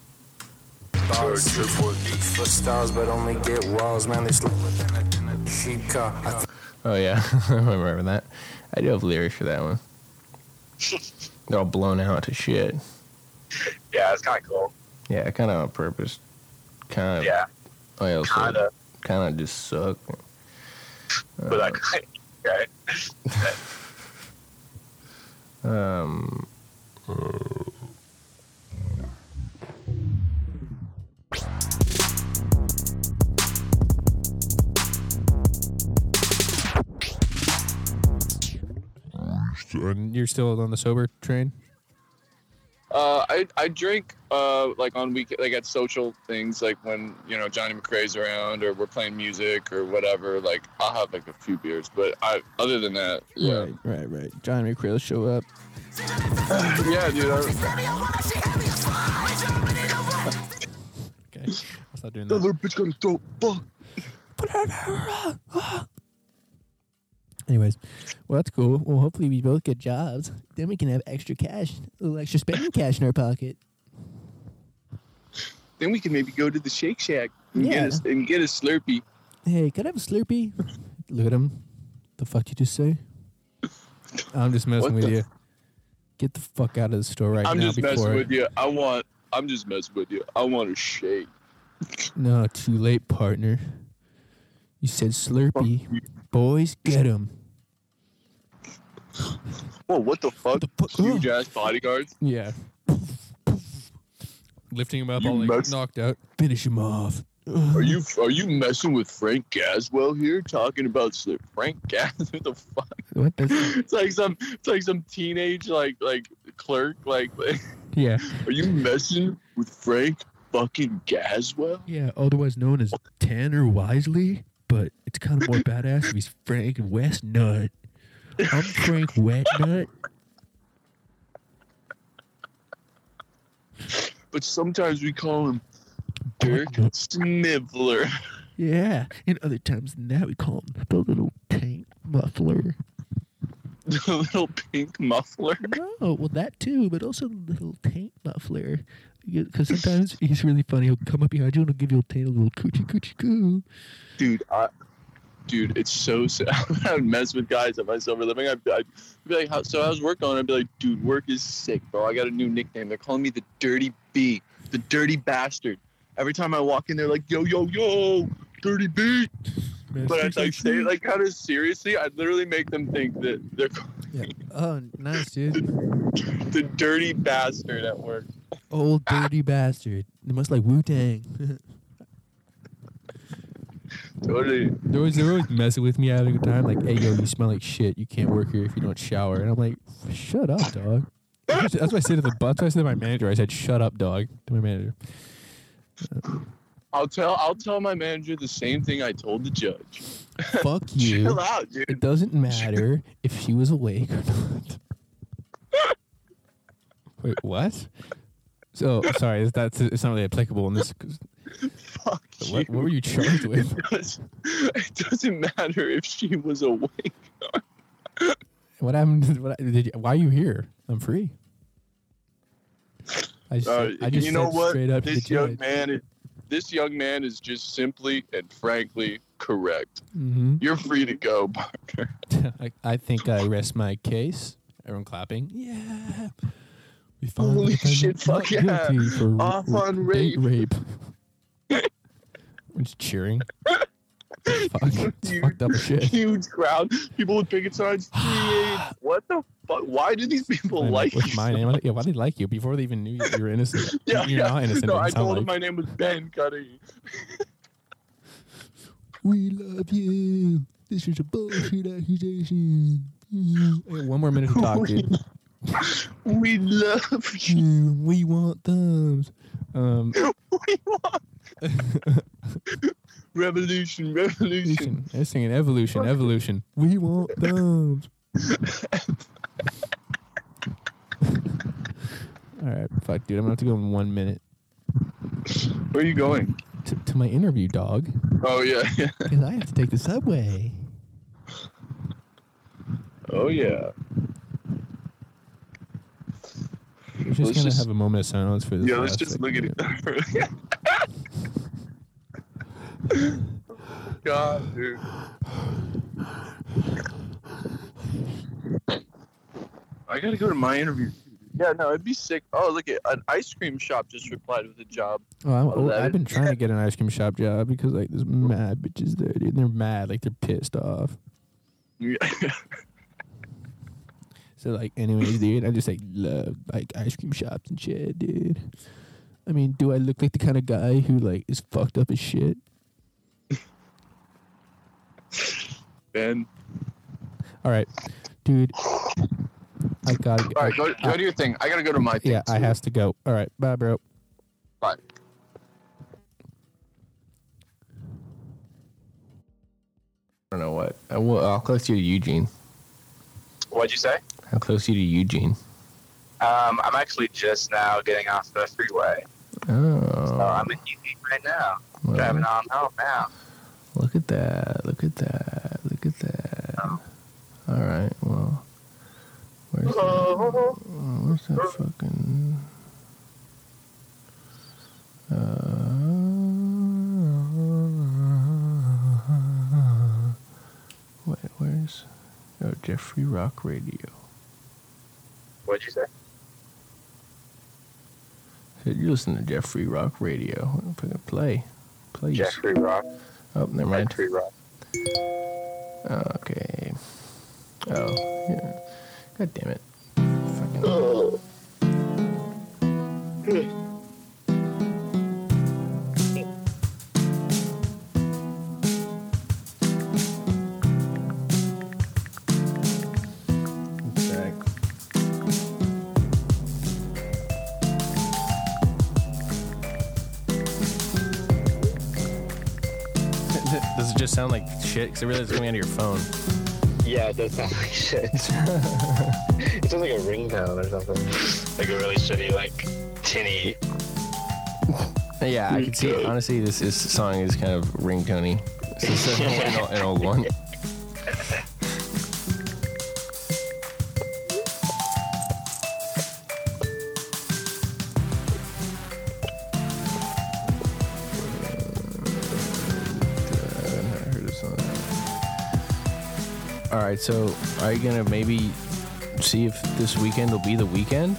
Speaker 14: Thoughts. For stars, but only get walls, man. They slower than a sheep car. I th-
Speaker 13: Oh yeah, I remember that. I do have lyrics for that one. They're all blown out to shit.
Speaker 3: Yeah, it's kind of cool.
Speaker 13: Yeah, kind of on purpose. Kind of.
Speaker 3: Yeah,
Speaker 13: Well, kind
Speaker 3: Kinda.
Speaker 13: of. Kind of just suck.
Speaker 3: but like, right?
Speaker 13: Um.
Speaker 2: You're still on the sober train?
Speaker 7: Uh, I I drink uh like on week like at social things like when you know Johnny McRae's around or we're playing music or whatever. Like I'll have like a few beers, but I other than that, yeah,
Speaker 2: Right, right, right. John McCrae show up.
Speaker 7: yeah, dude. I,
Speaker 2: Okay. I'll stop doing
Speaker 7: that
Speaker 2: that.
Speaker 7: little bitch gonna throw fuck.
Speaker 2: Anyways, well, that's cool. Well, hopefully we both get jobs. Then we can have extra cash, a little extra spending cash in our pocket.
Speaker 7: Then we can maybe go to the Shake Shack and
Speaker 2: Yeah.
Speaker 7: get a, and get a Slurpee.
Speaker 2: Hey, could I have a Slurpee? Look at him. The fuck you just say? I'm just messing
Speaker 7: What
Speaker 2: with
Speaker 7: the-
Speaker 2: you. Get the fuck out of the store right
Speaker 7: I'm
Speaker 2: now
Speaker 7: just
Speaker 2: before.
Speaker 7: messing with you. I want. I'm just messing with you. I want a shake.
Speaker 2: No, too late, partner. You said Slurpee. Boys, get him.
Speaker 7: Whoa, what the fuck?
Speaker 2: oh.
Speaker 7: Huge ass bodyguards.
Speaker 2: Yeah. Lifting him up,
Speaker 7: You
Speaker 2: all like,
Speaker 7: mess-
Speaker 2: knocked out. Finish him off.
Speaker 7: Are you are you messing with Frank Gaswell here? Talking about Slurp? Frank Gas? What the fuck?
Speaker 2: What the?
Speaker 7: it's like some it's like some teenage like like clerk like,
Speaker 2: Yeah.
Speaker 7: are you messing with Frank fucking Gaswell?
Speaker 2: Yeah, otherwise known as Tanner Wisely, but it's kind of more badass if he's Frank Westnut. I'm Frank Wetnut.
Speaker 7: But sometimes we call him Dirk Sniveler.
Speaker 2: Yeah, and other times than that, we call him the little tank muffler.
Speaker 7: the little pink muffler.
Speaker 2: Oh, well, that too, but also the little tank muffler. Because sometimes he's really funny. He'll come up behind you and he'll give you a tail, a little coochie coochie coo.
Speaker 7: Dude, I Dude, it's so sad. I would mess with guys at my silver living. I'd, I'd be like, How, so how's work going? I'd be like, dude, work is sick, bro. I got a new nickname. They're calling me the Dirty B, the Dirty Bastard. Every time I walk in, they're like, yo, yo, yo, Dirty B. But I'd like say it like kind of seriously. I'd literally make them think that they're
Speaker 2: Oh, nice, dude.
Speaker 7: the dirty bastard at work.
Speaker 2: Old dirty bastard. They must like Wu Tang.
Speaker 7: Totally.
Speaker 2: They're always, they're always messing with me at a good time. Like, hey, yo, you smell like shit. You can't work here if you don't shower. And I'm like, shut up, dog. That's what I said to the that's what I said to my manager. I said, shut up, dog, to my manager.
Speaker 7: I'll tell I'll tell my manager the same thing I told the judge.
Speaker 2: Fuck you.
Speaker 7: Chill out, dude.
Speaker 2: It doesn't matter if she was awake or not. Wait, what? So sorry, is- that's it's not really applicable in this. 'cause-
Speaker 7: Fuck you.
Speaker 2: What, what were you charged with?
Speaker 7: It doesn't- it doesn't matter if she was awake.
Speaker 2: What happened? What, did you, why are you here? I'm free. I just,
Speaker 7: Uh,
Speaker 2: said- I just
Speaker 7: you know
Speaker 2: said
Speaker 7: what?
Speaker 2: straight up to
Speaker 7: This
Speaker 2: the
Speaker 7: young
Speaker 2: judge.
Speaker 7: man is this young man is just simply and frankly correct.
Speaker 2: Mhm.
Speaker 7: You're free to go, partner.
Speaker 2: I, I think I rest my case. Everyone clapping. Yeah. We found
Speaker 7: Holy
Speaker 2: that I'm
Speaker 7: shit,
Speaker 2: not
Speaker 7: fuck yeah.
Speaker 2: guilty For
Speaker 7: Off
Speaker 2: r-
Speaker 7: on
Speaker 2: date
Speaker 7: rape.
Speaker 2: rape. We're just cheering. Fuck. It's
Speaker 7: Huge-
Speaker 2: fucked up as shit.
Speaker 7: Huge crowd. People with picket signs. "Free AIDS." what the fuck? Why do these people
Speaker 2: My name-
Speaker 7: like
Speaker 2: with
Speaker 7: you?
Speaker 2: my
Speaker 7: so
Speaker 2: name on it. Yeah, why did they like you before they even knew you, you were innocent?
Speaker 7: Yeah,
Speaker 2: You're
Speaker 7: yeah.
Speaker 2: not innocent.
Speaker 7: No,
Speaker 2: it
Speaker 7: I
Speaker 2: doesn't sound
Speaker 7: told him
Speaker 2: like.
Speaker 7: my name was Ben Cuddy.
Speaker 2: We love you. This is a bullshit accusation. Hey, One more minute to talk, dude.
Speaker 7: We love you.
Speaker 2: Mm, we want thumbs. Um,
Speaker 7: We want revolution, revolution.
Speaker 2: evolution. I was singing evolution, evolution. We want thumbs. All right, fuck, dude. I'm gonna have to go in one minute
Speaker 7: Where are you going?
Speaker 2: to, to my interview, dog,
Speaker 7: Oh yeah, yeah.
Speaker 2: because I have to take the subway.
Speaker 7: Oh yeah.
Speaker 4: We're just gonna have a moment of silence for this.
Speaker 7: yeah, let's
Speaker 4: last
Speaker 7: just
Speaker 4: sec-
Speaker 7: look at it. God, dude. I gotta go to my interview. Yeah, no, it'd be sick. Oh, look at an ice cream shop just replied with a job.
Speaker 4: Oh, I'm, oh,
Speaker 7: that
Speaker 4: I've
Speaker 7: is-
Speaker 4: been trying to get an ice cream shop job because like there's mad bitches there, dude. They're mad, like they're pissed off. So like, anyways, dude, I just like love like ice cream shops and shit, dude. I mean, do I look like the kind of guy who like is fucked up as shit?
Speaker 7: Ben.
Speaker 4: All right, dude. I gotta.
Speaker 7: All right, go, go do your thing. I gotta go to my thing.
Speaker 4: yeah, I
Speaker 7: too.
Speaker 4: has to go. All right, bye, bro.
Speaker 7: Bye.
Speaker 2: I don't know what. I will, how close are you to Eugene?
Speaker 3: What'd you say?
Speaker 2: How close are you to Eugene?
Speaker 3: Um, I'm actually just now getting off the freeway.
Speaker 2: Oh,
Speaker 3: So I'm in Eugene right now.
Speaker 2: Well.
Speaker 3: Driving on home now.
Speaker 2: look at that! Look at that! Look at that!
Speaker 3: Oh.
Speaker 2: All right, well, where's that?
Speaker 3: Uh-huh.
Speaker 2: Oh, where's that fucking? Uh, wait, where's? Oh, Jeffrey Rock Radio.
Speaker 3: What'd you say?
Speaker 2: Said you listen to Jeffrey Rock Radio. I'm gonna play, please.
Speaker 3: Jeffrey Rock.
Speaker 2: Oh, never mind.
Speaker 3: Jeffrey Rock.
Speaker 2: Okay. Oh, yeah. God damn it. Fucking. Back. Does it just sound like shit? Because I realize it's coming out of your phone.
Speaker 3: Yeah, it does sound like shit. it sounds like a ringtone or something. Like a really shitty, like tinny.
Speaker 2: Yeah, I can see. it. Honestly, this is, song is kind of ringtone-y. This is definitely an, old- an old one. All right, so are you gonna maybe see if this weekend will be the weekend?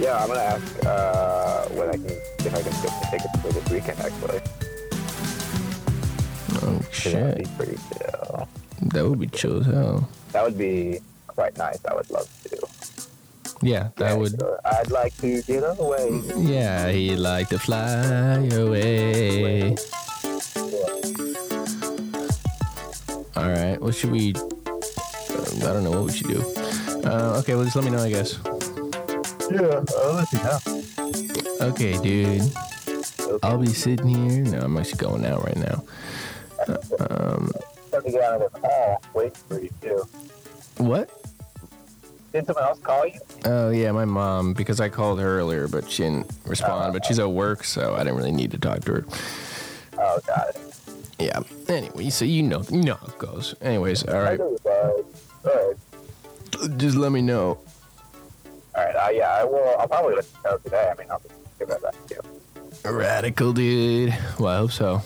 Speaker 3: Yeah, I'm gonna ask uh, when I can if I can get the tickets for this weekend actually.
Speaker 2: Oh
Speaker 3: That'd
Speaker 2: shit,
Speaker 3: be pretty chill.
Speaker 2: that would be chill as hell.
Speaker 3: That would be quite nice. I would love to.
Speaker 2: Yeah, that would.
Speaker 3: So I'd like to get away.
Speaker 2: Yeah, he'd like to fly away. All right, what should we? I don't know what we should do. Uh, okay, well, just let me know, I guess.
Speaker 3: Yeah, I'll let you know.
Speaker 2: Okay, dude. I'll be sitting here. No, I'm actually going out right now.
Speaker 3: Let me get out of this call. Wait for you too.
Speaker 2: What?
Speaker 3: Did someone else call you?
Speaker 2: Oh yeah, my mom. Because I called her earlier, but she didn't respond. But she's at work, so I didn't really need to talk to her.
Speaker 3: Oh, got it.
Speaker 2: Yeah. Anyway, so you know, you know how it goes. Anyways, all right.
Speaker 3: All right. All
Speaker 2: Just let me know.
Speaker 3: right. Uh, yeah, I will. I'll probably let you know today. I mean, I'll just give that back to you.
Speaker 2: Radical dude. Well, I hope so.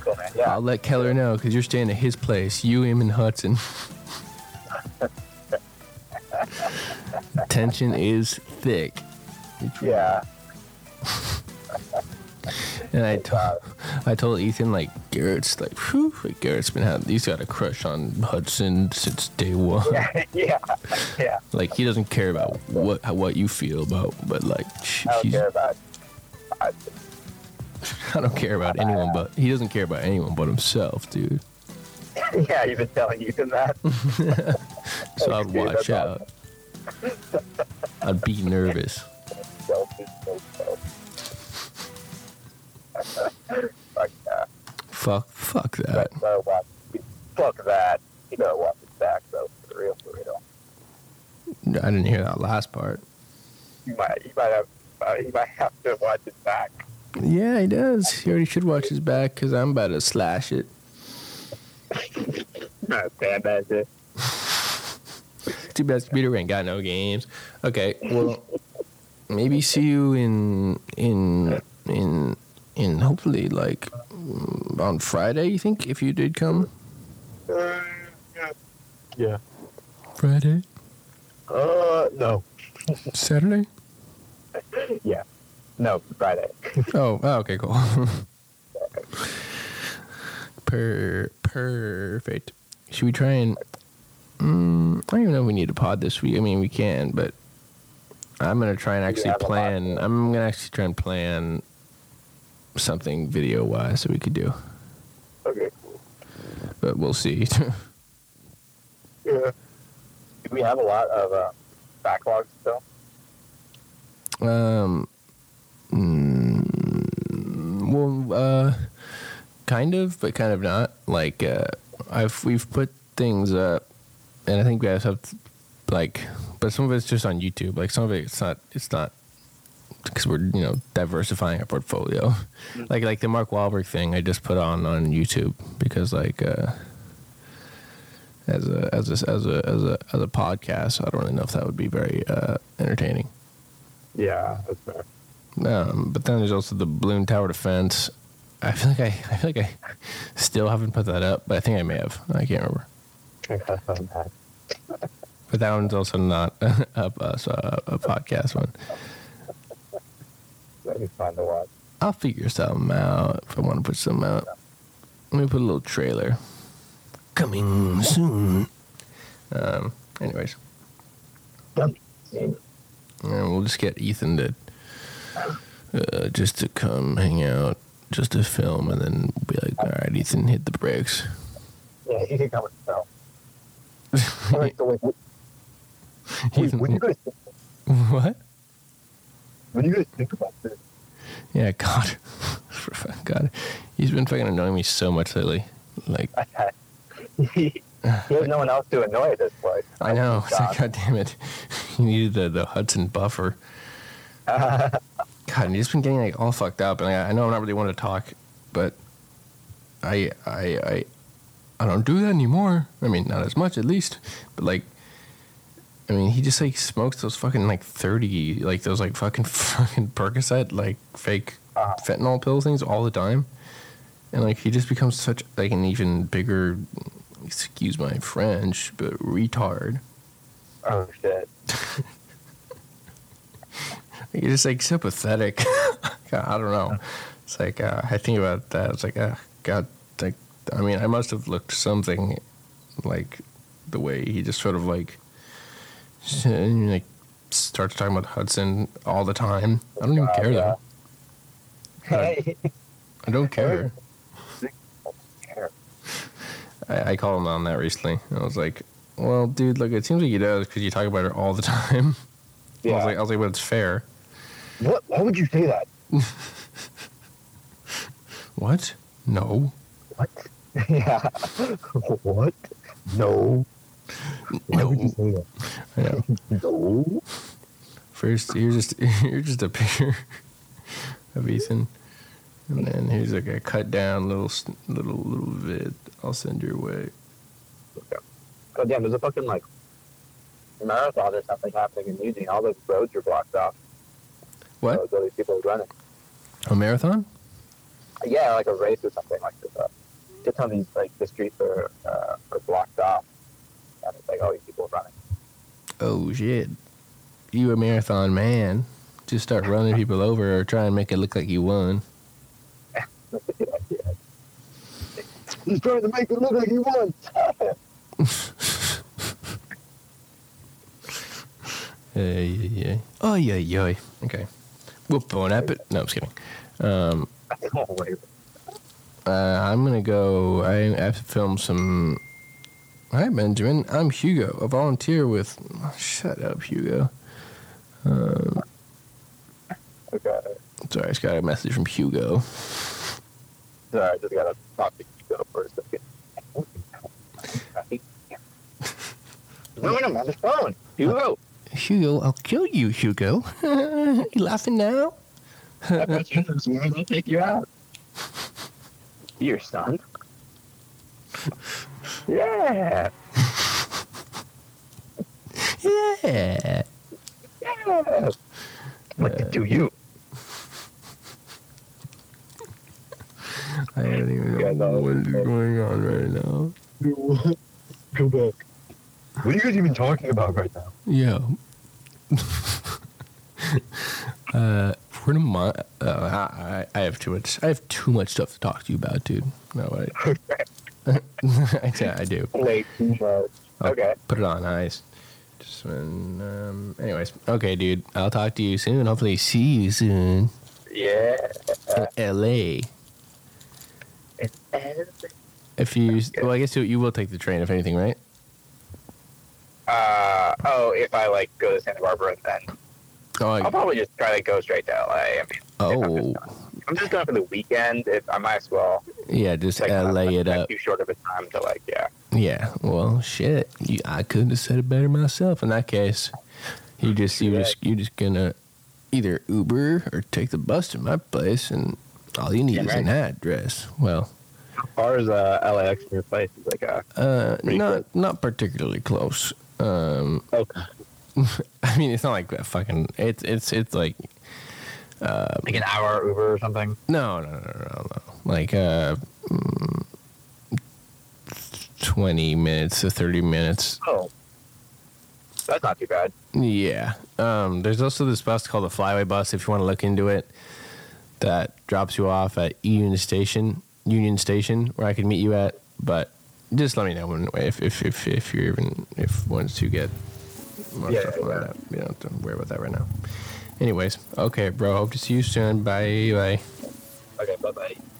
Speaker 3: Cool, man. Yeah.
Speaker 2: I'll let Keller know because you're staying at his place. You, him, and Hudson. Tension is thick.
Speaker 3: yeah.
Speaker 2: And I told, I told Ethan like Garrett's like, whew, like Garrett's been having, he's got a crush on Hudson since day one.
Speaker 3: yeah. Yeah.
Speaker 2: Like he doesn't care about what how, what you feel about, but like sh-
Speaker 3: I don't
Speaker 2: he's,
Speaker 3: care about. I,
Speaker 2: I don't care about anyone, but he doesn't care about anyone but himself, dude.
Speaker 3: yeah, you've been telling you that.
Speaker 2: So I'd
Speaker 3: Dude, that's
Speaker 2: watch out. I'd be nervous.
Speaker 3: Selfish, so selfish. Fuck that.
Speaker 2: Fuck, fuck that.
Speaker 3: That's why I watch. Fuck that. You better watch his back, though. For real, for real.
Speaker 2: I didn't hear that last part.
Speaker 3: You might, you might have, uh, you might have to watch his back.
Speaker 2: Yeah, he does. He already should watch his back because I'm about to slash it.
Speaker 3: Damn that shit.
Speaker 2: Too bad computer ain't got no games. Okay, well, maybe see you in in in in hopefully like mm, on Friday. You think if you did come
Speaker 3: Yeah.
Speaker 2: Friday,
Speaker 3: Uh, no.
Speaker 2: Saturday?
Speaker 3: Yeah. No, Friday.
Speaker 2: oh, oh, okay, cool. per perfect. Should we try and? Mm, I don't even know if we need a pod this week. I mean, we can, but I'm gonna try and actually plan. I'm gonna actually try and plan something video wise that we could do.
Speaker 3: Okay.
Speaker 2: But we'll see.
Speaker 3: Yeah. Do we have a lot of uh, backlogs still?
Speaker 2: um. mm, well, uh, kind of, but kind of not. Like, uh, I've we've put things up, and I think we have some, like, but some of it's just on YouTube. Like, some of it, it's not. It's not because we're you know diversifying our portfolio. like, like the Mark Wahlberg thing, I just put on on YouTube because like. uh as a as a as a as a as a podcast, I don't really know if that would be very uh, entertaining.
Speaker 3: Yeah, that's fair.
Speaker 2: Um, but then there's also the balloon tower defense. I feel like I, I feel like I still haven't put that up, but I think I may have. I can't remember. But that one's also not a, a, so uh, a, a podcast one.
Speaker 3: That'd be fun to watch.
Speaker 2: I'll figure something out if I want to put something out. Let me put a little trailer. Coming soon. Um. Anyways. And we'll just get Ethan to uh, just to come hang out, just to film, and then be like, all right, Ethan, hit the brakes.
Speaker 3: Yeah, you can come and tell. Wait, so wait, wait,
Speaker 2: Ethan,
Speaker 3: when you guys
Speaker 2: what?
Speaker 3: when you guys think about this,
Speaker 2: Yeah, God, For fuck- God, he's been fucking annoying me so much lately. Like,
Speaker 3: there's no one else to annoy at this point.
Speaker 2: I know. It's like, God damn it. You needed the, the Hudson buffer. God, and he's been getting like all fucked up. And I, I know I'm not really one to talk, but I, I, I, I don't do that anymore. I mean, not as much at least, but like, I mean, he just like smokes those fucking like 30, like those like fucking fucking Percocet, like fake fentanyl pill things all the time. And like, he just becomes such like an even bigger, excuse my French, but retard.
Speaker 3: Oh shit.
Speaker 2: You're just like so pathetic. God, I don't know. It's like uh, I think about that. It's like, ah, God, like I mean, I must have looked something like the way he just sort of like s- like starts talking about Hudson all the time. I don't even care though.
Speaker 3: Hey,
Speaker 2: I don't care.
Speaker 3: care.
Speaker 2: I, I called him on that recently. and I was like, well, dude, look, it seems like he does because you talk about her all the time. I was like, I was like, but it's fair.
Speaker 3: What? Why would you say that?
Speaker 2: What? No.
Speaker 3: yeah. what? No. Why would you say that?
Speaker 2: I know.
Speaker 3: No.
Speaker 2: First, you're just you're just a picture of Ethan, and then here's like a cut down little s- little little vid. I'll send your way.
Speaker 3: God damn, there's a fucking like marathon or something happening in Eugene. All those roads are blocked off.
Speaker 2: What?
Speaker 3: So these people are running.
Speaker 2: A marathon?
Speaker 3: Yeah, like a race or something like this. Uh, just on these like the streets are uh, are blocked off, and it's like all these people running.
Speaker 2: Oh shit! You a marathon man? Just start running people over or try and make it look like you won.
Speaker 3: He's trying to make it look like he won.
Speaker 2: Yeah, yeah, yeah. Oh yeah, yeah. Okay. Whoop, bon appetit. No, I'm just kidding. Um,
Speaker 3: Oh,
Speaker 2: uh, I'm gonna go. I have to film some. Hi, Benjamin. I'm Hugo, a volunteer with. Shut up, Hugo. Um,
Speaker 3: okay.
Speaker 2: Sorry, I just got a message from Hugo.
Speaker 3: Sorry, I just gotta talk to you for a second. Ruin him on the phone. Hugo.
Speaker 2: Hugo, I'll kill you, Hugo. you laughing now?
Speaker 3: I bet you this woman will take you out. Your son. Yeah.
Speaker 15: Yeah.
Speaker 2: Yeah.
Speaker 15: Like to do you.
Speaker 2: I don't even know what is going on right now.
Speaker 15: Go back. What are you guys even talking about right now?
Speaker 2: Yo. uh, we're in a month. Uh, I, I I have too much. I have too much stuff to talk to you about, dude. No way. yeah, I do.
Speaker 15: Late. Oh.
Speaker 2: okay. Put it on ice. Just when. Um, anyways, okay, dude. I'll talk to you soon. Hopefully, see you soon.
Speaker 15: Yeah. Uh,
Speaker 2: in L.A. If you, well, I guess you, you will take the train if anything, right?
Speaker 3: Uh, oh, if I like go to Santa Barbara, then
Speaker 2: Oh,
Speaker 3: I'll probably just try to go straight to LA. I mean,
Speaker 2: oh,
Speaker 3: if I'm just going for the weekend. If I might as well.
Speaker 2: yeah. Just LA it
Speaker 3: That's
Speaker 2: up.
Speaker 3: Too short of a time to like, yeah.
Speaker 2: Yeah. Well, shit. You, I couldn't have said it better myself. In that case, you just you just you just gonna either Uber or take the bus to my place, and all you need
Speaker 15: Yeah,
Speaker 2: is an
Speaker 15: right.
Speaker 2: address. Well,
Speaker 15: How far is uh, LAX from your place? It's like a.
Speaker 2: uh,
Speaker 15: Pretty
Speaker 2: not not particularly close. Um,
Speaker 15: Okay.
Speaker 2: I mean, it's not like that fucking. It's it's it's like. Uh,
Speaker 15: Like an hour Uber or something.
Speaker 2: No, no, no, no, no. Like uh, mm, twenty minutes to thirty minutes.
Speaker 3: Oh, that's not too bad.
Speaker 2: Yeah. Um, there's also this bus called the Flyway Bus. If you want to look into it, that drops you off at Union Station, Union Station, where I can meet you at. But just let me know when, if if if, if you're even if once you get more
Speaker 15: Yeah,
Speaker 2: stuff
Speaker 15: yeah,
Speaker 2: lined up. You don't have to worry about that right now. Anyways, okay, bro. Hope to see you soon. Bye bye.
Speaker 15: Okay, bye bye.